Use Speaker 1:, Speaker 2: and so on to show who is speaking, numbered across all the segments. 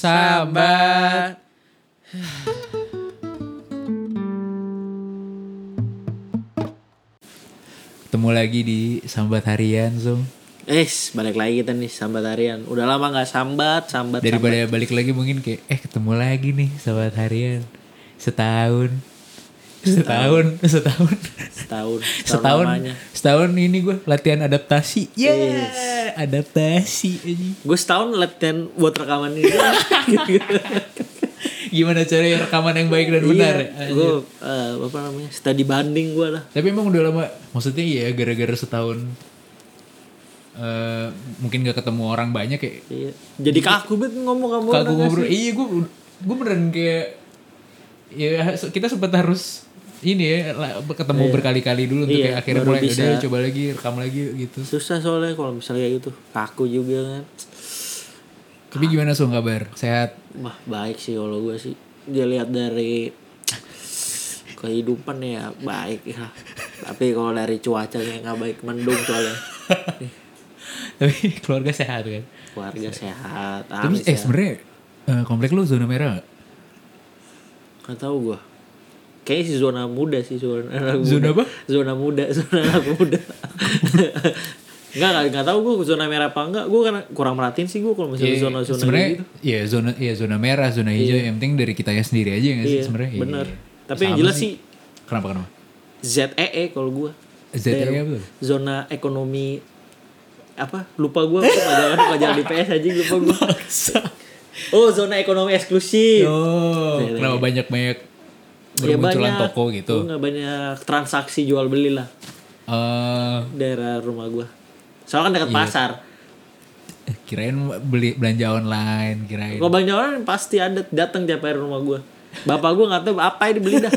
Speaker 1: Sahabat. Ketemu lagi di Sambat Harian, Zong.
Speaker 2: Eh, balik lagi kita nih sambat harian. Udah lama nggak sambat, sambat. sambat.
Speaker 1: Daripada balik lagi mungkin kayak, eh ketemu lagi nih Sambat Harian. Setahun. Setahun, setahun.
Speaker 2: setahun,
Speaker 1: Setahun,
Speaker 2: namanya.
Speaker 1: setahun ini gue latihan adaptasi. Yeah,
Speaker 2: Yes.
Speaker 1: adaptasi. anjing.
Speaker 2: Gue setahun latihan buat rekaman ini. gitu.
Speaker 1: Gimana caranya rekaman yang baik dan benar ya?
Speaker 2: Iya, gue eh, apa namanya? Study banding gue lah.
Speaker 1: Tapi emang udah lama, maksudnya ya gara-gara setahun eh mungkin gak ketemu orang banyak kayak
Speaker 2: Iya. Jadi kaku banget ngomong kamu.
Speaker 1: kalau gue ngobrol, iya gue gue beneran kayak ya se- kita sempat harus ini ya la- ketemu berkali-kali dulu untuk
Speaker 2: Iya,
Speaker 1: kayak akhirnya
Speaker 2: baru
Speaker 1: mulai
Speaker 2: bisa.
Speaker 1: udah coba lagi rekam lagi gitu.
Speaker 2: Susah soalnya kalau misalnya kayak gitu. Kaku juga kan.
Speaker 1: Tapi
Speaker 2: Ah.
Speaker 1: gimana so kabar? Sehat?
Speaker 2: Wah, baik sih kalau gue sih. Dia lihat dari kehidupan ya baik ya. Tapi kalau dari cuacanya nggak baik mendung soalnya.
Speaker 1: Tapi keluarga sehat kan?
Speaker 2: Keluarga sehat.
Speaker 1: Tapi
Speaker 2: amin
Speaker 1: eh sebenarnya eh, komplek lu zona merah? nggak?
Speaker 2: Gak tau gue Kayaknya si zona muda sih zona anak
Speaker 1: Zona
Speaker 2: muda.
Speaker 1: apa?
Speaker 2: Zona muda, zona anak muda. Enggak, enggak, enggak tahu gue zona merah apa enggak. Gue kan kurang merhatiin sih gue kalau misalnya
Speaker 1: Iya,
Speaker 2: zona-zona
Speaker 1: sebenarnya
Speaker 2: gitu.
Speaker 1: ya zona ya zona merah zona hijau yang penting dari kitanya sendiri aja nggak sih
Speaker 2: Iya,
Speaker 1: sebenarnya Iya,
Speaker 2: bener.
Speaker 1: iya.
Speaker 2: Tapi yang
Speaker 1: Sama
Speaker 2: jelas sih-
Speaker 1: kenapa kenapa ya,
Speaker 2: ZEE E kalau gue.
Speaker 1: ZEE
Speaker 2: Daerah- Oh.
Speaker 1: apa tuh?
Speaker 2: Zona ekonomi apa? Lupa gue pelajaran pelajaran di PS aja lupa gue. Oh, zona ekonomi eksklusif.
Speaker 1: oh
Speaker 2: Iya,
Speaker 1: kenapa
Speaker 2: iya.
Speaker 1: banyak banyak bermunculan toko gitu
Speaker 2: Enggak banyak transaksi jual beli lah
Speaker 1: Eh,
Speaker 2: daerah rumah gue. Soalnya kan
Speaker 1: Iya.
Speaker 2: dekat pasar.
Speaker 1: kirain beli belanja online kirain
Speaker 2: Kalau banyak orang pasti ada datang tiap hari rumah gue. Bapak gue nggak tahu apa yang dibeli dah.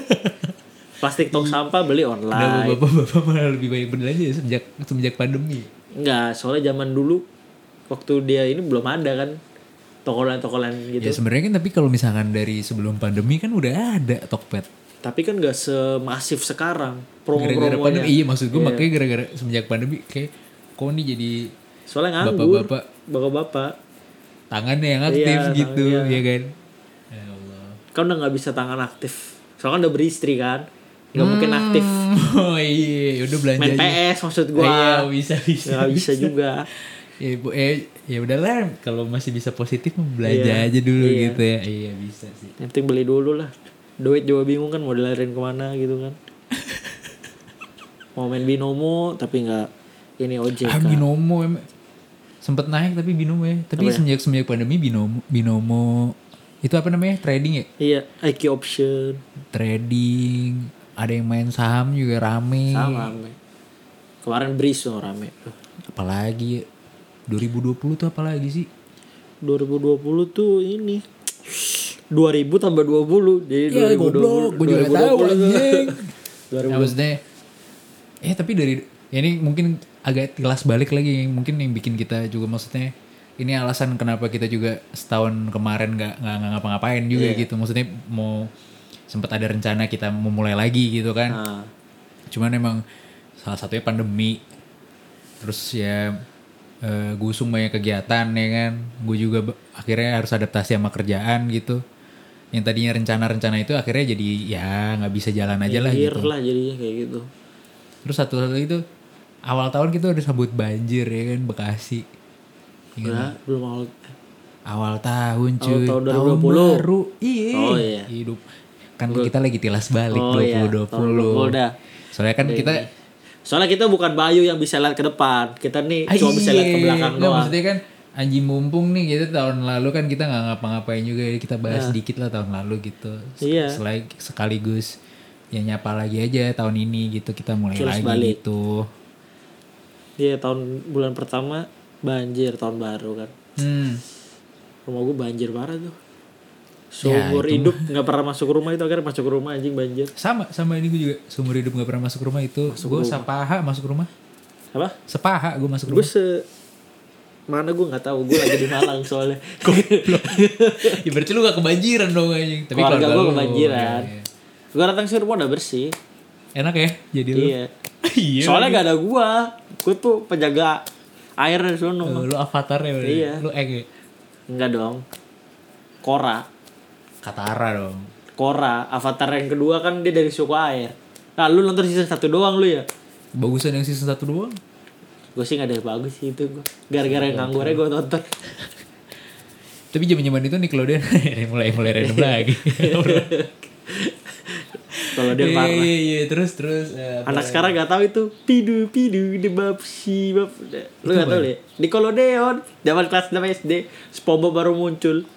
Speaker 2: Plastik tong sampah beli
Speaker 1: kenapa
Speaker 2: online.
Speaker 1: bapak bapak malah lebih banyak belanja ya semenjak semenjak pandemi
Speaker 2: Enggak, soalnya zaman dulu waktu dia ini belum ada kan toko lain toko lain
Speaker 1: ya
Speaker 2: gitu.
Speaker 1: sebenarnya kan tapi kalau misalkan dari sebelum pandemi kan udah ada Tokped
Speaker 2: Tapi kan nggak semasif sekarang
Speaker 1: gara-gara pandemi
Speaker 2: promo-promonya.
Speaker 1: iya maksud gue makanya gara-gara semenjak pandemi kayak kok ini jadi
Speaker 2: Soalnya nganggur.
Speaker 1: bapak-bapak
Speaker 2: Bapak-bapak.
Speaker 1: tangannya yang aktif
Speaker 2: Iya,
Speaker 1: gitu
Speaker 2: tangan-
Speaker 1: ya kan ya Allah
Speaker 2: Kan udah nggak bisa tangan aktif. Soalnya kan udah beristri kan. Nggak mungkin aktif.
Speaker 1: oh Hmm. iya udah belanja
Speaker 2: Main
Speaker 1: aja.
Speaker 2: PS maksud gue.
Speaker 1: iya bisa bisa
Speaker 2: Nggak bisa juga.
Speaker 1: ya bu eh ya udahlah kalau masih bisa positif mah belanja aja dulu
Speaker 2: iya.
Speaker 1: gitu ya iya bisa sih
Speaker 2: Yang penting beli dulu lah. Duit juga bingung kan mau dilarin kemana gitu kan. mau main binomo tapi nggak ini ojek
Speaker 1: ah
Speaker 2: kan.
Speaker 1: binomo emang sempet naik tapi binomo ya tapi semenjak semenjak pandemi binomo binomo itu apa namanya trading ya
Speaker 2: Iya, IQ option.
Speaker 1: trading ada yang main saham juga rame
Speaker 2: Sama rame. Kemarin Breeze tuh rame.
Speaker 1: apalagi ya? 2020 tuh apalagi sih
Speaker 2: 2020 tuh ini 2000 tambah 20 jadi
Speaker 1: Iya,
Speaker 2: 2020
Speaker 1: goblok. Gua juga tahu, anjing.
Speaker 2: 2020
Speaker 1: Nah, maksudnya eh tapi dari ya ini mungkin agak tilas balik lagi yang mungkin yang bikin kita juga maksudnya ini alasan kenapa kita juga setahun kemarin nggak nggak nggak ngapa-ngapain juga gitu maksudnya mau sempat ada rencana kita mau mulai lagi gitu kan
Speaker 2: Nah,
Speaker 1: cuman emang salah satunya pandemi terus ya eh, gue usung banyak kegiatan ya kan gue juga be- akhirnya harus adaptasi sama kerjaan gitu yang tadinya rencana-rencana itu akhirnya jadi ya nggak bisa jalan aja lah
Speaker 2: year
Speaker 1: gitu
Speaker 2: lah jadinya kayak gitu.
Speaker 1: terus satu satu itu awal tahun kita udah sambut banjir ya kan Bekasi Ingat
Speaker 2: Nah, belum awal
Speaker 1: awal tahun cuy
Speaker 2: tahun
Speaker 1: tahun
Speaker 2: 2020.
Speaker 1: baru iya
Speaker 2: Oh, iya.
Speaker 1: hidup kan kita lagi tilas balik
Speaker 2: Oh, iya.
Speaker 1: 2020
Speaker 2: Tahun 2020 dah.
Speaker 1: soalnya kan kita
Speaker 2: Soalnya kita bukan Bayu yang bisa lihat ke depan. Kita nih
Speaker 1: Ah,
Speaker 2: cuma bisa
Speaker 1: iya.
Speaker 2: lihat ke belakang
Speaker 1: Nggak,
Speaker 2: doang.
Speaker 1: maksudnya kan Anji mumpung nih gitu tahun lalu kan kita nggak ngapa-ngapain juga jadi kita bahas sedikit lah tahun lalu gitu. Sek-
Speaker 2: Iya.
Speaker 1: selai- sekaligus ya nyapa lagi aja tahun ini gitu kita mulai
Speaker 2: Terus
Speaker 1: lagi
Speaker 2: balik.
Speaker 1: gitu.
Speaker 2: Iya tahun bulan pertama banjir tahun baru kan.
Speaker 1: Hmm.
Speaker 2: Rumah gue banjir parah tuh. Seumur
Speaker 1: Ya, itu
Speaker 2: hidup nggak pernah masuk rumah itu akhirnya masuk rumah anjing banjir.
Speaker 1: Sama sama ini gue juga seumur hidup gak pernah masuk rumah itu. Gue sepaha masuk rumah.
Speaker 2: Apa?
Speaker 1: Sepaha gue masuk rumah.
Speaker 2: Gue se mana gue nggak tahu gue lagi di Malang soalnya.
Speaker 1: ya berarti lu gak kebanjiran dong anjing. Tapi
Speaker 2: Keluarga gue
Speaker 1: lu-
Speaker 2: kebanjiran.
Speaker 1: iya, iya.
Speaker 2: Gue datang sih rumah udah bersih.
Speaker 1: Enak ya jadi lu.
Speaker 2: Iya.
Speaker 1: Iya.
Speaker 2: Soalnya gak ada gue. Gue tuh penjaga air dari sono.
Speaker 1: Eh. lu eh, avatarnya berarti.
Speaker 2: Iya.
Speaker 1: Lu eng ya.
Speaker 2: Enggak dong. Korra.
Speaker 1: Katara dong.
Speaker 2: Korra, Avatar yang kedua kan dia dari suku air. Nah, lu nonton season satu doang lu ya?
Speaker 1: Bagusan yang season 1 doang.
Speaker 2: Gue sih gak ada yang bagus sih itu gua. Gara-gara yang nganggurnya gue nonton.
Speaker 1: Tapi zaman-zaman itu Nickelodeon mulai-mulai random lagi.
Speaker 2: Kalau dia
Speaker 1: Iya,
Speaker 2: parah.
Speaker 1: iya, iya. Terus, terus. eh,
Speaker 2: Anak sekarang gak tahu itu pidu pidu debab si bab. Lu gak tahu ya? Nickelodeon zaman kelas 6 SD, SpongeBob baru muncul.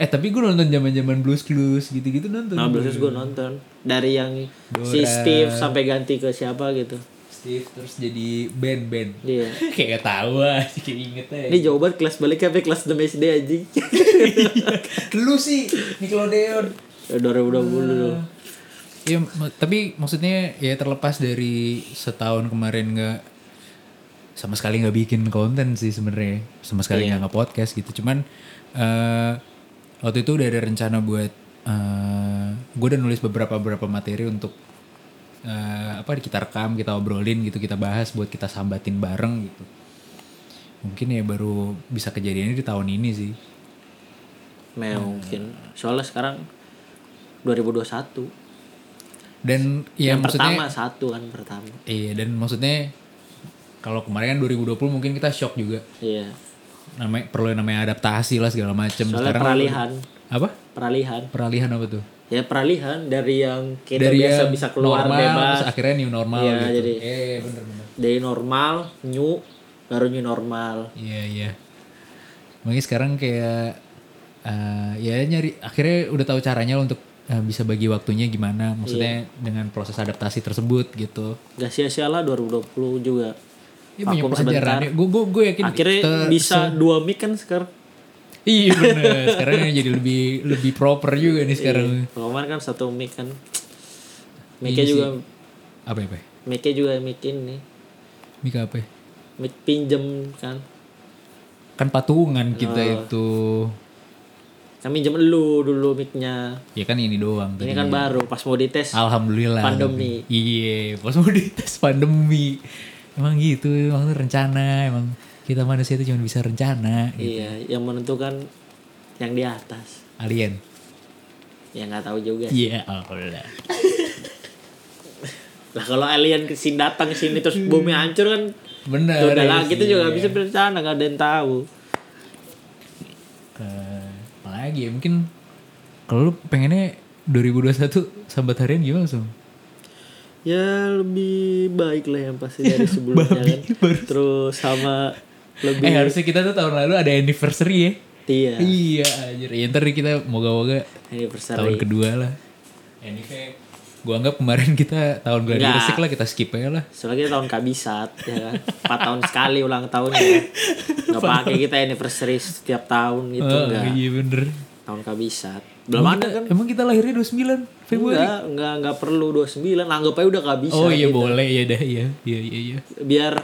Speaker 1: eh, tapi gue nonton zaman-zaman Blues Clues gitu-gitu nonton.
Speaker 2: Nah, terus gue nonton dari yang si Steve sampai ganti ke siapa gitu.
Speaker 1: Steve terus jadi band-band.
Speaker 2: Iya.
Speaker 1: kayak gak tahu aja, kayak inget aja.
Speaker 2: Ini jauh banget kelas balik sampai kelas 6 SD anjing.
Speaker 1: Lu sih Nickelodeon.
Speaker 2: Ya, 2020 dong.
Speaker 1: Iya, ma- tapi maksudnya ya terlepas dari setahun kemarin nggak sama sekali nggak bikin konten sih sebenarnya, sama sekali nggak nge-podcast gitu. Cuman eh waktu itu udah ada rencana buat eh gue udah nulis beberapa beberapa materi untuk eh apa kita rekam, kita obrolin gitu, kita bahas buat kita sambatin bareng gitu. Mungkin ya baru bisa kejadiannya di tahun ini sih.
Speaker 2: Mungkin. Soalnya sekarang 2021.
Speaker 1: Dan ya
Speaker 2: yang
Speaker 1: maksudnya
Speaker 2: pertama satu kan pertama.
Speaker 1: Iya dan maksudnya kalau kemarin kan 2020 mungkin kita shock juga
Speaker 2: Iya.
Speaker 1: namanya perlu yang namanya adaptasi lah segala macam
Speaker 2: Soalnya
Speaker 1: sekarang
Speaker 2: peralihan,
Speaker 1: apa
Speaker 2: peralihan.
Speaker 1: peralihan apa tuh
Speaker 2: Ya peralihan dari yang kita
Speaker 1: dari
Speaker 2: biasa
Speaker 1: yang
Speaker 2: bisa keluar
Speaker 1: normal,
Speaker 2: bebas
Speaker 1: terus akhirnya new normal
Speaker 2: Iya,
Speaker 1: gitu
Speaker 2: jadi-
Speaker 1: eh bener bener
Speaker 2: dari normal new baru new normal.
Speaker 1: iya iya makanya sekarang kayak eh, ya nyari akhirnya udah tahu caranya untuk eh, bisa bagi waktunya gimana maksudnya
Speaker 2: Iya.
Speaker 1: dengan proses adaptasi tersebut gitu
Speaker 2: Gak sia-sia lah 2020 juga.
Speaker 1: Ini banyak
Speaker 2: Vakum
Speaker 1: pelajaran ya. Gue gue gue yakin
Speaker 2: Akhirnya
Speaker 1: ter-
Speaker 2: bisa dua mic kan sekarang.
Speaker 1: Iya bener Sekarang jadi lebih lebih proper juga nih sekarang.
Speaker 2: Kalau kemarin kan satu mic kan.
Speaker 1: Iya
Speaker 2: Mic-nya juga
Speaker 1: Apa ya, Pak?
Speaker 2: mic-nya juga mic ini.
Speaker 1: Mika apa? ya?
Speaker 2: Mic pinjem kan.
Speaker 1: Kan patungan kita
Speaker 2: Oh.
Speaker 1: itu.
Speaker 2: Kami minjem lu dulu mic-nya.
Speaker 1: Ya kan ini doang.
Speaker 2: Ini
Speaker 1: tadi.
Speaker 2: kan baru pas mau dites.
Speaker 1: Alhamdulillah.
Speaker 2: Pandemi.
Speaker 1: Iya, pas mau dites pandemi. Emang gitu, emang itu rencana, emang kita manusia itu cuma bisa rencana. gitu.
Speaker 2: Iya, yang menentukan yang di atas.
Speaker 1: Alien.
Speaker 2: Ya nggak tahu juga. sih.
Speaker 1: Iya, Allah.
Speaker 2: Lah kalau alien ke sini datang ke sini terus bumi hancur kan
Speaker 1: Bener.
Speaker 2: ya udah lah
Speaker 1: ya
Speaker 2: kita
Speaker 1: sih.
Speaker 2: juga nggak bisa berencana nggak ada yang tahu.
Speaker 1: Ke, apalagi ya, mungkin kalau lu pengennya 2021 sambat harian gimana, Sum?
Speaker 2: Ya lebih baik lah yang pasti dari sebelumnya kan. Terus sama lebih
Speaker 1: Eh harusnya kita tuh tahun lalu ada anniversary ya.
Speaker 2: iya
Speaker 1: Iya anjir. Ya ntar kita moga-moga tahun
Speaker 2: anniversary.
Speaker 1: kedua lah. Ini kayak gua anggap kemarin kita tahun gladi
Speaker 2: Nggak.
Speaker 1: resik lah kita skip aja lah.
Speaker 2: Soalnya kita tahun kabisat ya kan. 4 tahun sekali ulang tahunnya. Nggak pakai kita anniversary setiap tahun gitu
Speaker 1: Oh,
Speaker 2: enggak. kan?
Speaker 1: iya bener.
Speaker 2: Tahun kabisat. Belum
Speaker 1: Emang
Speaker 2: ada
Speaker 1: kita- Emang kita lahirnya 29 kan, Februari.
Speaker 2: Enggak, enggak, enggak perlu 29. Anggap aja udah kehabisan.
Speaker 1: oh iya boleh ya dah iya. Iya iya iya.
Speaker 2: Biar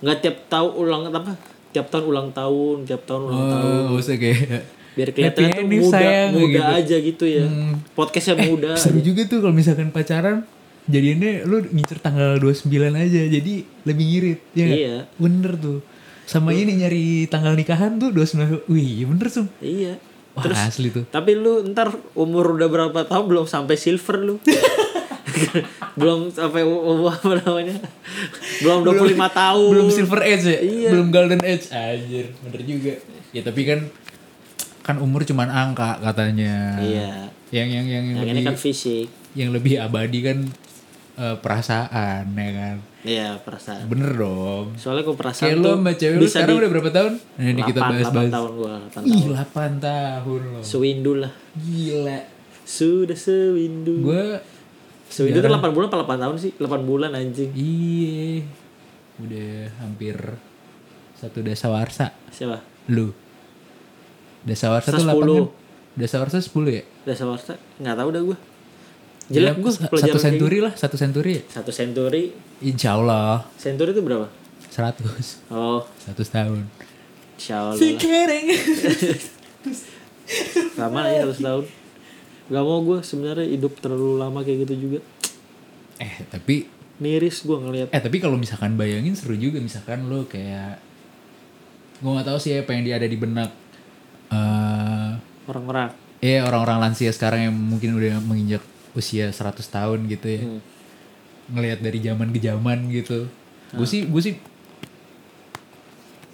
Speaker 2: enggak tiap tahun ulang apa? Tiap tahun ulang tahun, tiap tahun ulang tahun.
Speaker 1: Oh, usah kayak
Speaker 2: Biar kelihatan
Speaker 1: Happy
Speaker 2: tuh
Speaker 1: ending,
Speaker 2: muda,
Speaker 1: sayang,
Speaker 2: muda
Speaker 1: gitu. Eh,
Speaker 2: aja gitu ya. Podcastnya muda.
Speaker 1: seru juga tuh kalau misalkan pacaran jadinya lu ngincer tanggal 29 aja jadi lebih ngirit ya nggak?
Speaker 2: Iya.
Speaker 1: bener tuh sama ini nyari tanggal nikahan tuh 29 wih iya bener sum
Speaker 2: Iya.
Speaker 1: wah asli tuh
Speaker 2: Tapi lu ntar umur udah berapa tahun belum sampai silver lu. belum sampai u- u- apa namanya? Belum 25 tahun.
Speaker 1: belum silver age ya belum golden age anjir bener juga ya tapi kan kan umur cuman angka katanya
Speaker 2: Iya.
Speaker 1: yang yang yang yang,
Speaker 2: Yang ini
Speaker 1: lebih,
Speaker 2: kan fisik.
Speaker 1: yang lebih abadi kan eh, perasaan ya kan
Speaker 2: Iya, perasaan.
Speaker 1: bener dong
Speaker 2: Soalnya kok
Speaker 1: kayak
Speaker 2: perasaan
Speaker 1: lo
Speaker 2: tuh
Speaker 1: sama cewek lu
Speaker 2: bisa
Speaker 1: sekarang udah berapa tahun nah, ini kita
Speaker 2: 8,
Speaker 1: bahas
Speaker 2: 8
Speaker 1: bahas
Speaker 2: tahun gua, 8
Speaker 1: Ih, 8 tahun loh.
Speaker 2: Sewindu lah.
Speaker 1: Gila.
Speaker 2: Sudah sewindu.
Speaker 1: Gue
Speaker 2: Sewindu tuh 8 bulan apa 8 tahun sih? 8 bulan anjing.
Speaker 1: iye udah hampir satu dasawarsa.
Speaker 2: Siapa?
Speaker 1: Lu. Dasawarsa tuh 8 kan?
Speaker 2: 10.
Speaker 1: Dasawarsa 10 ya?
Speaker 2: Dasa Warsa? Nggak tahu dah gua.
Speaker 1: Ya,
Speaker 2: Jelek gua
Speaker 1: sa-
Speaker 2: pelajaran
Speaker 1: Satu
Speaker 2: kayak gitu.
Speaker 1: senturi lah, satu senturi ya.
Speaker 2: Satu senturi.
Speaker 1: Insya Allah.
Speaker 2: Senturi itu berapa?
Speaker 1: 100.
Speaker 2: Oh,
Speaker 1: 100 tahun.
Speaker 2: insya Allah. lah.
Speaker 1: Sekarang.
Speaker 2: Lama ya harus tahun. Gak mau gua sebenarnya hidup terlalu lama kayak gitu juga.
Speaker 1: eh, tapi
Speaker 2: Miris gua ngeliat.
Speaker 1: Eh tapi kalau misalkan bayangin seru juga misalkan lo kayak gue nggak tahu sih ya pengen dia ada di benak eh
Speaker 2: orang-orang
Speaker 1: Iya orang-orang lansia sekarang yang mungkin udah menginjak usia 100 tahun gitu ya.
Speaker 2: Hmm.
Speaker 1: Ngelihat dari zaman ke zaman gitu. Gue
Speaker 2: Hmm.
Speaker 1: sih gue sih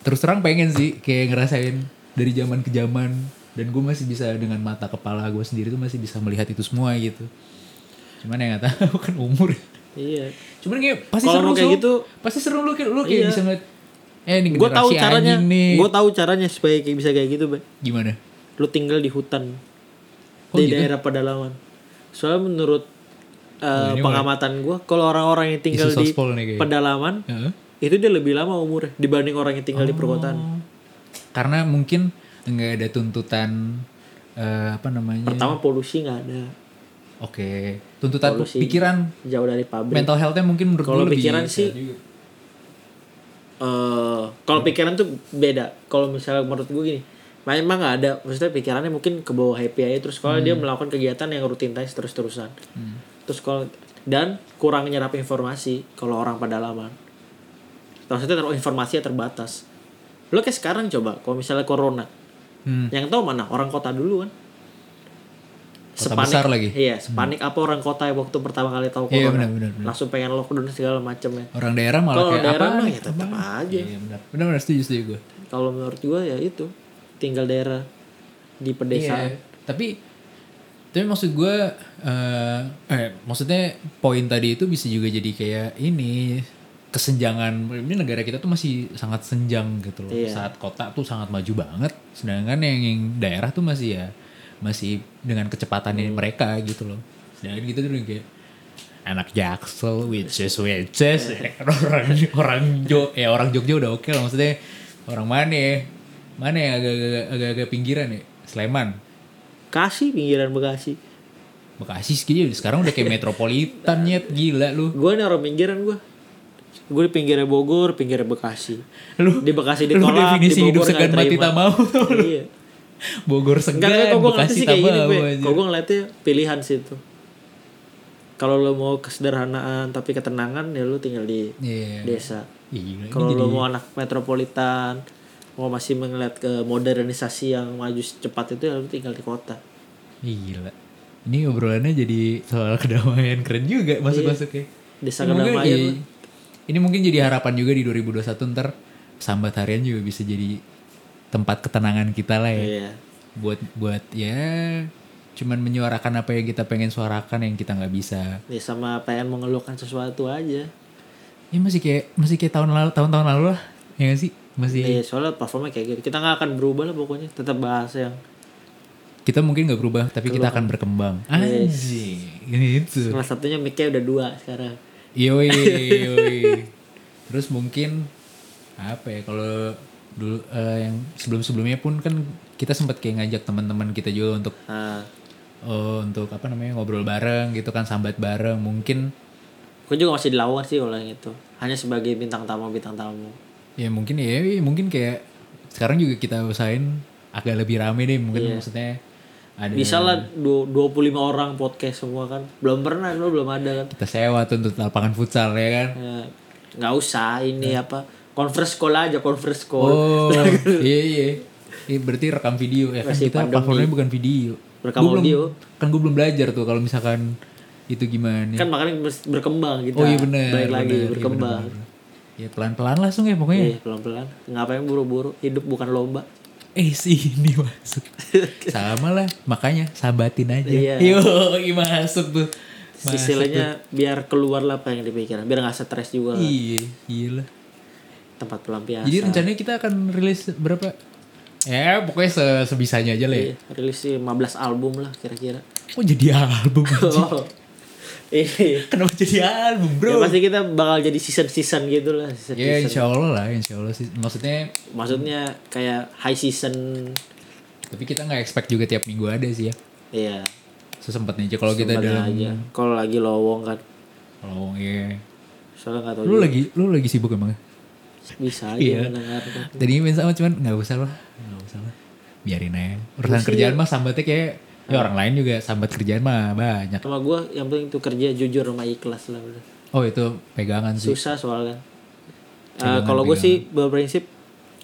Speaker 1: terus terang pengen sih kayak ngerasain dari zaman ke zaman dan gue masih bisa dengan mata kepala gue sendiri tuh masih bisa melihat itu semua gitu. Cuman ya nggak tahu kan umur.
Speaker 2: iya
Speaker 1: Cuman kayak pasti
Speaker 2: Kalau
Speaker 1: seru
Speaker 2: mau kayak
Speaker 1: Su.
Speaker 2: gitu,
Speaker 1: pasti seru lu kayak lu kayak bisa ngeliat eh ini
Speaker 2: gue tahu
Speaker 1: generasi
Speaker 2: caranya
Speaker 1: anjing nih.
Speaker 2: gue tahu caranya supaya kayak bisa kayak gitu Bay.
Speaker 1: Gimana?
Speaker 2: lu tinggal di hutan
Speaker 1: Oh,
Speaker 2: di
Speaker 1: gitu? Oh,
Speaker 2: daerah pedalaman soalnya menurut eh,
Speaker 1: ini
Speaker 2: pengamatan gue kalau orang-orang yang tinggal
Speaker 1: Isu
Speaker 2: di
Speaker 1: sospol nih kayaknya.
Speaker 2: pedalaman
Speaker 1: gitu. Heeh. Oh.
Speaker 2: itu dia lebih lama umurnya dibanding orang yang tinggal di perkotaan
Speaker 1: karena mungkin nggak ada tuntutan eh, apa namanya
Speaker 2: pertama polusi nggak ada
Speaker 1: oke tuntutan
Speaker 2: Polusi.
Speaker 1: pikiran
Speaker 2: jauh dari pabrik
Speaker 1: mental healthnya mungkin menurut gua
Speaker 2: Kalau
Speaker 1: lebih
Speaker 2: pikiran
Speaker 1: sehat
Speaker 2: sih,
Speaker 1: juga.
Speaker 2: eh kalau pikiran tuh beda kalau misalnya menurut gue gini memang nggak ada maksudnya pikirannya mungkin ke bawah happy aja terus kalau
Speaker 1: Hmm.
Speaker 2: dia melakukan kegiatan yang rutinitas terus terusan terus kalau dan kurang nyerap informasi kalau orang pedalaman maksudnya ter- informasinya terbatas lo kayak sekarang coba kalau misalnya corona
Speaker 1: Hmm.
Speaker 2: yang tahu mana orang kota dulu kan
Speaker 1: Kota besar lagi. Hmm.
Speaker 2: iya sepanik apa orang kota yang waktu pertama kali tahu corona
Speaker 1: Iya, benar, benar, benar.
Speaker 2: langsung pengen lockdown segala macamnya
Speaker 1: orang daerah malah
Speaker 2: Kalau
Speaker 1: kayak
Speaker 2: daerah
Speaker 1: apa
Speaker 2: mah
Speaker 1: nih,
Speaker 2: ya tetap
Speaker 1: apaan?
Speaker 2: aja.
Speaker 1: iya, benar benar benar setuju setuju gue
Speaker 2: kalau menurut gue ya itu tinggal daerah di
Speaker 1: Iya.
Speaker 2: pedesaan
Speaker 1: tapi tapi maksud gue eh, eh maksudnya poin tadi itu bisa juga jadi kayak ini kesenjangan ini negara kita tuh masih sangat senjang gitu loh
Speaker 2: Iya.
Speaker 1: saat kota tuh sangat maju banget sedangkan yang, yang daerah tuh masih ya masih dengan kecepatannya mereka gitu loh sedangkan kita tuh kayak anak jaksel witches witches orang orang jog ya orang jogja udah oke lah maksudnya orang mana ya mana yang agak-agak agak-agak pinggiran ya sleman
Speaker 2: kasih pinggiran bekasi
Speaker 1: Bekasi kayaknya udah- sekarang udah kayak metropolitan nyet gila lu.
Speaker 2: gue nih orang pinggiran gue gue di pinggirnya Bogor pinggirnya Bekasi
Speaker 1: Lu-
Speaker 2: di Bekasi
Speaker 1: lu
Speaker 2: ditolak
Speaker 1: definisi
Speaker 2: di Bogor
Speaker 1: hidup segan
Speaker 2: nggak
Speaker 1: mati
Speaker 2: diterima.
Speaker 1: tak mau tuh lu.
Speaker 2: iya
Speaker 1: Bogor
Speaker 2: enggak enggak
Speaker 1: segan, Eh,
Speaker 2: kok gue ngerti
Speaker 1: Bekasi
Speaker 2: sih
Speaker 1: tak
Speaker 2: kayak gini
Speaker 1: mau.
Speaker 2: gue
Speaker 1: anjir.
Speaker 2: kok gue ngeliatnya pilihan sih itu kalau lo mau kesederhanaan tapi ketenangan ya lo tinggal di
Speaker 1: Iya.
Speaker 2: desa
Speaker 1: Iya, gila, ini
Speaker 2: kalau
Speaker 1: jadi-
Speaker 2: lo mau anak metropolitan mau masih melihat ke modernisasi yang maju cepat itu ya lo tinggal di kota
Speaker 1: Ih, gila. Ini obrolannya jadi soal kedamaian keren juga masuk-masuk ya.
Speaker 2: Desa
Speaker 1: Ini mungkin-
Speaker 2: Iya. kedamaian
Speaker 1: iya. Ini mungkin jadi harapan juga di 2021 ntar sambat harian juga bisa jadi tempat ketenangan kita lah ya.
Speaker 2: iya
Speaker 1: Buat buat ya cuman menyuarakan apa yang kita pengen suarakan yang kita nggak bisa.
Speaker 2: ya sama pengen mengeluhkan sesuatu aja
Speaker 1: Ya masih kayak masih kayak tahun lalu tahun-tahun lalu lah. Ya gak sih? Masih
Speaker 2: Iya, soalnya performnya kayak gitu. Kita nggak akan berubah lah pokoknya. Tetap bahasa yang
Speaker 1: kita mungkin nggak berubah tapi kita akan berkembang. Anjing. Ini itu.
Speaker 2: salah satunya mic-nya udah dua sekarang.
Speaker 1: Yoi, yoi. Terus mungkin apa ya kalau dulu eh, yang sebelum-sebelumnya pun kan kita sempat kayak ngajak teman-teman kita juga untuk
Speaker 2: Nah,
Speaker 1: eh, untuk apa namanya ngobrol bareng gitu kan sambat bareng mungkin
Speaker 2: gue juga masih dilawan sih kalau yang itu. Hanya sebagai bintang tamu bintang tamu.
Speaker 1: ya mungkin ya ya, mungkin kayak sekarang juga kita usahain agak lebih rame deh
Speaker 2: Iya.
Speaker 1: mungkin maksudnya ada
Speaker 2: Bisa lah du- 25 orang podcast semua kan. Belum pernah, lo belum ada kan.
Speaker 1: kita sewa tuh untuk lapangan futsal ya kan
Speaker 2: Ya, Nggak usah ini apa. Conference call aja, conference call.
Speaker 1: Iya. Oh, iya iya. Iya berarti rekam video ya kan kita platformnya bukan video.
Speaker 2: Rekam
Speaker 1: Gua belum-
Speaker 2: audio.
Speaker 1: kan gue belum belajar tuh kalau misalkan itu gimana.
Speaker 2: Kan makanya ber- berkembang kita.
Speaker 1: oh iya benar.
Speaker 2: Balik lagi
Speaker 1: benar, iya,
Speaker 2: berkembang.
Speaker 1: benar, benar. Ya pelan-pelan langsung ya pokoknya.
Speaker 2: ah. Iya, pelan-pelan. Ngapain buru-buru? Hidup bukan lomba.
Speaker 1: Eh sini masuk. Sama lah, makanya sabatin aja.
Speaker 2: Iya.
Speaker 1: Yo, masuk tuh. Masuk.
Speaker 2: Istilahnya biar keluar lah apa yang dipikiran. Biar nggak stres juga. lah.
Speaker 1: Iya, gila.
Speaker 2: tempat pelampiasan.
Speaker 1: Jadi rencananya kita akan rilis berapa? Ya, pokoknya se- sebisanya aja lah ya.
Speaker 2: Iya, rilis sih 15 album lah kira-kira.
Speaker 1: Oh, jadi album. anjing.
Speaker 2: Oh. Iya.
Speaker 1: Kenapa jadi album, Bro?
Speaker 2: Ya pasti kita bakal jadi season-season gitu lah. season-
Speaker 1: Ya insya Allah lah, insya Allah sih. Maksudnya,
Speaker 2: Maksudnya kayak high season.
Speaker 1: tapi kita nggak expect juga tiap minggu ada sih ya.
Speaker 2: Iya.
Speaker 1: Sesempatnya aja kalau kita
Speaker 2: Sebenarnya
Speaker 1: dalam
Speaker 2: aja. Kalau lagi lowong kan.
Speaker 1: kalau ya.
Speaker 2: Soalnya gak tau
Speaker 1: Lu lagi, lu lagi sibuk emang?
Speaker 2: bisa aja
Speaker 1: Iya.
Speaker 2: mendengarkan.
Speaker 1: Tadi main sama cuman nggak usah lah, nggak usah lah. Biarin aja. Urusan kerjaan mah sambatnya kayak ya orang lain juga sambat kerjaan mah banyak.
Speaker 2: Sama gue yang penting tuh kerja jujur sama ikhlas lah. udah.
Speaker 1: Oh itu pegangan sih.
Speaker 2: Susah kan. soalnya. Eh, kalau gue sih berprinsip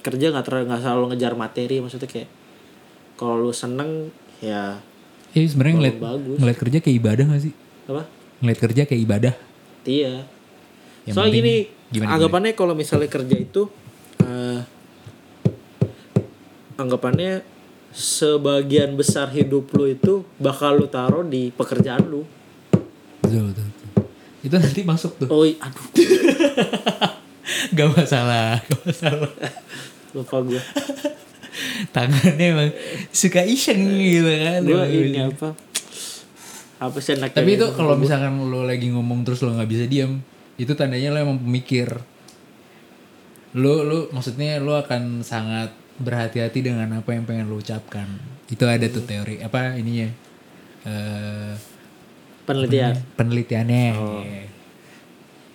Speaker 2: kerja nggak ter nggak selalu ngejar materi maksudnya kayak kalau lu seneng ya
Speaker 1: Iya sebenarnya ngeliat,
Speaker 2: bagus.
Speaker 1: ngeliat kerja kayak ibadah gak sih?
Speaker 2: apa
Speaker 1: Ngeliat kerja kayak ibadah.
Speaker 2: iya
Speaker 1: Yang
Speaker 2: soalnya
Speaker 1: penting
Speaker 2: gini
Speaker 1: gimana,
Speaker 2: anggapannya kalau misalnya kerja itu eh, anggapannya sebagian besar hidup lu itu bakal lu taruh di pekerjaan lu
Speaker 1: Betul, betul, betul. Itu nanti masuk tuh.
Speaker 2: oh i- aduh
Speaker 1: gak masalah, gak masalah.
Speaker 2: lupa gue
Speaker 1: Tangannya emang suka iseng gitu kan.
Speaker 2: gue
Speaker 1: Emang
Speaker 2: ini apa apa sih enaknya gitu?
Speaker 1: Tapi
Speaker 2: nih?
Speaker 1: itu kalau misalkan lo lagi ngomong terus lo nggak bisa diam, itu tandanya lo emang pemikir. Lo lo maksudnya lo akan sangat berhati-hati dengan apa yang pengen lo ucapkan. Itu ada tuh teori apa ininya? eh
Speaker 2: penelitian
Speaker 1: penelitiannya.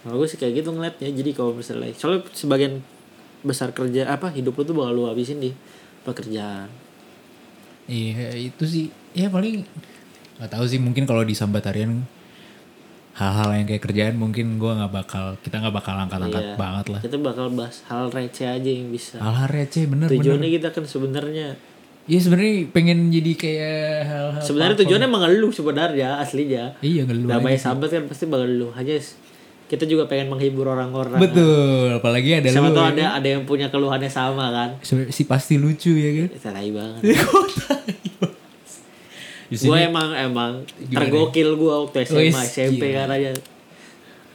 Speaker 2: kalau gue sih kayak gitu ngeliatnya jadi kalau misalnya soalnya sebagian besar kerja apa hidup lu tuh bakal lu habisin di pekerjaan
Speaker 1: Iya, itu sih. Ya paling nggak tahu sih mungkin kalau di sambat harian hal-hal yang kayak kerjaan mungkin gua nggak bakal kita nggak bakal angkat-angkat
Speaker 2: Iya.
Speaker 1: banget lah.
Speaker 2: kita bakal bahas hal receh aja yang bisa
Speaker 1: Hal-hal receh bener-bener.
Speaker 2: tujuannya kita kan sebenarnya
Speaker 1: Iya sebenarnya pengen jadi kayak hal-hal
Speaker 2: sebenarnya tujuannya emang ngeluh sebenarnya aslinya
Speaker 1: Iya ngeluh. aja.
Speaker 2: namanya sahabat kan pasti bakal ngeluh hanya s- kita juga pengen menghibur orang-orang
Speaker 1: Betul, apalagi ada lu.
Speaker 2: siapa tau
Speaker 1: ya.
Speaker 2: ada ada yang punya keluhannya sama kan
Speaker 1: Sebenarnya Si pasti lucu ya kan.
Speaker 2: Itu tai banget gue emang emang tergokil gue waktu SMA
Speaker 1: Wis,
Speaker 2: SMP kan aja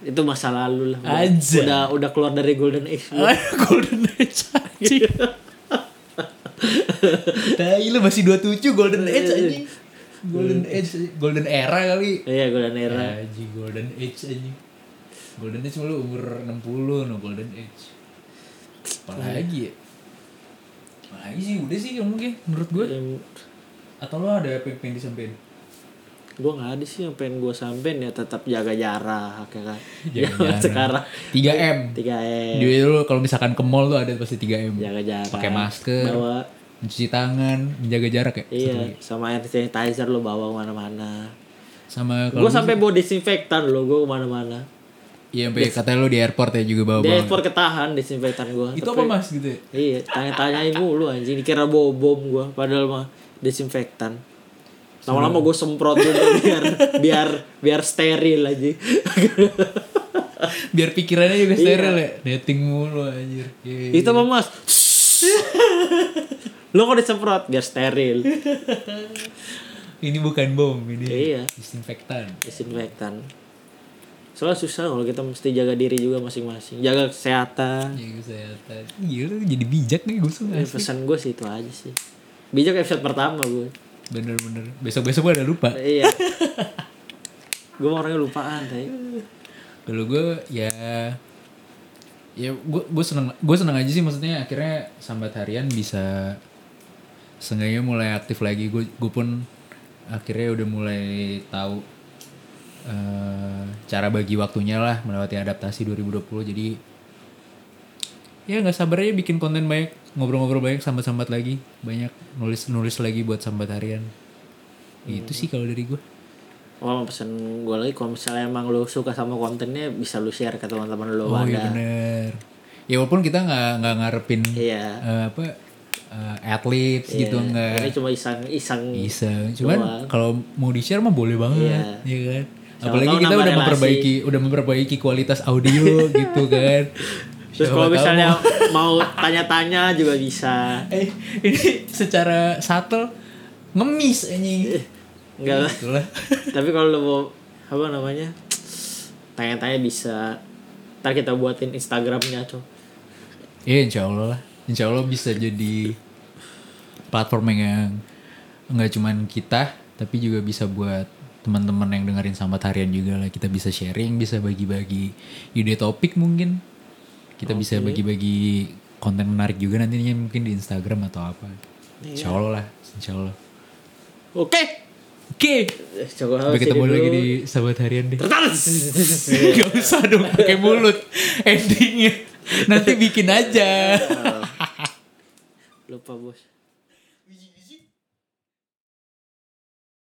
Speaker 2: itu masa lalu lah Udah-
Speaker 1: Aja.
Speaker 2: udah udah keluar dari golden age gua.
Speaker 1: Ah, Golden Age anjing. Tai lu masih 27 Golden Age anjing. Golden Age, Golden Era kali.
Speaker 2: iya golden era
Speaker 1: Anjing Golden Age anjing. Golden Age lu umur 60 no Golden Age. Apalagi ya? Apalagi sih udah sih yang mungkin menurut gue. Atau lo ada apa yang pengen disampaikan?
Speaker 2: gue nggak ada sih yang pengen gue sampein ya tetap jaga jarak ya kan
Speaker 1: Jaga
Speaker 2: Zaman
Speaker 1: jarak.
Speaker 2: sekarang
Speaker 1: 3M.
Speaker 2: tiga m
Speaker 1: Di dulu kalau misalkan ke mall tuh ada pasti 3M.
Speaker 2: jaga jarak
Speaker 1: Pakai masker,
Speaker 2: bawa
Speaker 1: mencuci tangan, menjaga jarak ya.
Speaker 2: iya sama hand sanitizer lo bawa kemana-mana
Speaker 1: Sama kalau
Speaker 2: gue sampai bawa disinfektan lo gue kemana-mana
Speaker 1: Iya, sampai katanya lu di airport ya juga bawa
Speaker 2: di
Speaker 1: bawa.
Speaker 2: ekspor ketahan disinfektan gue
Speaker 1: Itu apa mas gitu? ya?
Speaker 2: Iya, tanya-tanyain mulu anjing, dikira bawa bom gua padahal mah desinfektan. Lama-lama gue semprot dulu biar biar biar steril aja.
Speaker 1: Biar pikirannya
Speaker 2: Iya.
Speaker 1: juga steril ya. Dating mulu anjir. Iya.
Speaker 2: Itu mah Mas. Lo kok disemprot biar steril.
Speaker 1: Ini bukan bom, ini
Speaker 2: iya,
Speaker 1: disinfektan.
Speaker 2: desinfektan. Soalnya susah kalau kita mesti jaga diri juga masing-masing, jaga kesehatan.
Speaker 1: Ya kesehatan. Iya, lu jadi bijak nih gue suka.
Speaker 2: Ini pesan gue sih itu aja sih. Bijak episode pertama gue.
Speaker 1: Bener-bener. Besok-besok gue ada lupa.
Speaker 2: Iya. gue orangnya lupaan, tai.
Speaker 1: Kalau gue ya ya gue gue seneng gue seneng aja sih maksudnya akhirnya sambat harian bisa seenggaknya mulai aktif lagi gue gue pun akhirnya udah mulai tahu eh, cara bagi waktunya lah melewati adaptasi 2020 jadi ya nggak sabar aja bikin konten banyak ngobrol-ngobrol banyak sambat-sambat lagi banyak nulis nulis lagi buat sambat harian itu sih kalau dari gue
Speaker 2: Oh pesen gue lagi kalau misalnya emang lo suka sama kontennya bisa lo share ke teman-teman lo
Speaker 1: oh iya
Speaker 2: ada.
Speaker 1: bener ya walaupun kita nggak nggak ngarepin
Speaker 2: Iya.
Speaker 1: eh, apa eh, athletes gitu enggak
Speaker 2: Ini cuma iseng-iseng.
Speaker 1: bisa cuman kalau mau di share mah boleh banget ya kan apalagi
Speaker 2: Iya. tahu
Speaker 1: kita
Speaker 2: nambah
Speaker 1: udah
Speaker 2: relasi.
Speaker 1: memperbaiki udah memperbaiki kualitas audio gitu kan
Speaker 2: Terus kalau misalnya mau tanya-tanya juga bisa.
Speaker 1: eh ini secara subtle ngemis
Speaker 2: Iya.
Speaker 1: anjing
Speaker 2: Enggak lah.
Speaker 1: itulah
Speaker 2: Tapi kalau lo mau apa namanya? Tanya-tanya bisa. Ntar kita buatin Instagramnya tuh.
Speaker 1: ya insya Allah lah insya Allah bisa jadi platform yang nggak cuman kita tapi juga bisa buat teman-teman yang dengerin sambat harian juga lah kita bisa sharing bisa bagi-bagi ide topik mungkin kita bisa bagi-bagi konten menarik juga nantinya mungkin di Instagram atau apa insya Allah lah insya Allah oke
Speaker 2: Oke. Eh, Coba
Speaker 1: sampai
Speaker 2: sini
Speaker 1: ketemu
Speaker 2: dulu.
Speaker 1: lagi di sambat harian deh
Speaker 2: Tertarik.
Speaker 1: Gak usah dong pakai mulut endingnya nanti bikin aja
Speaker 2: Lupa bos.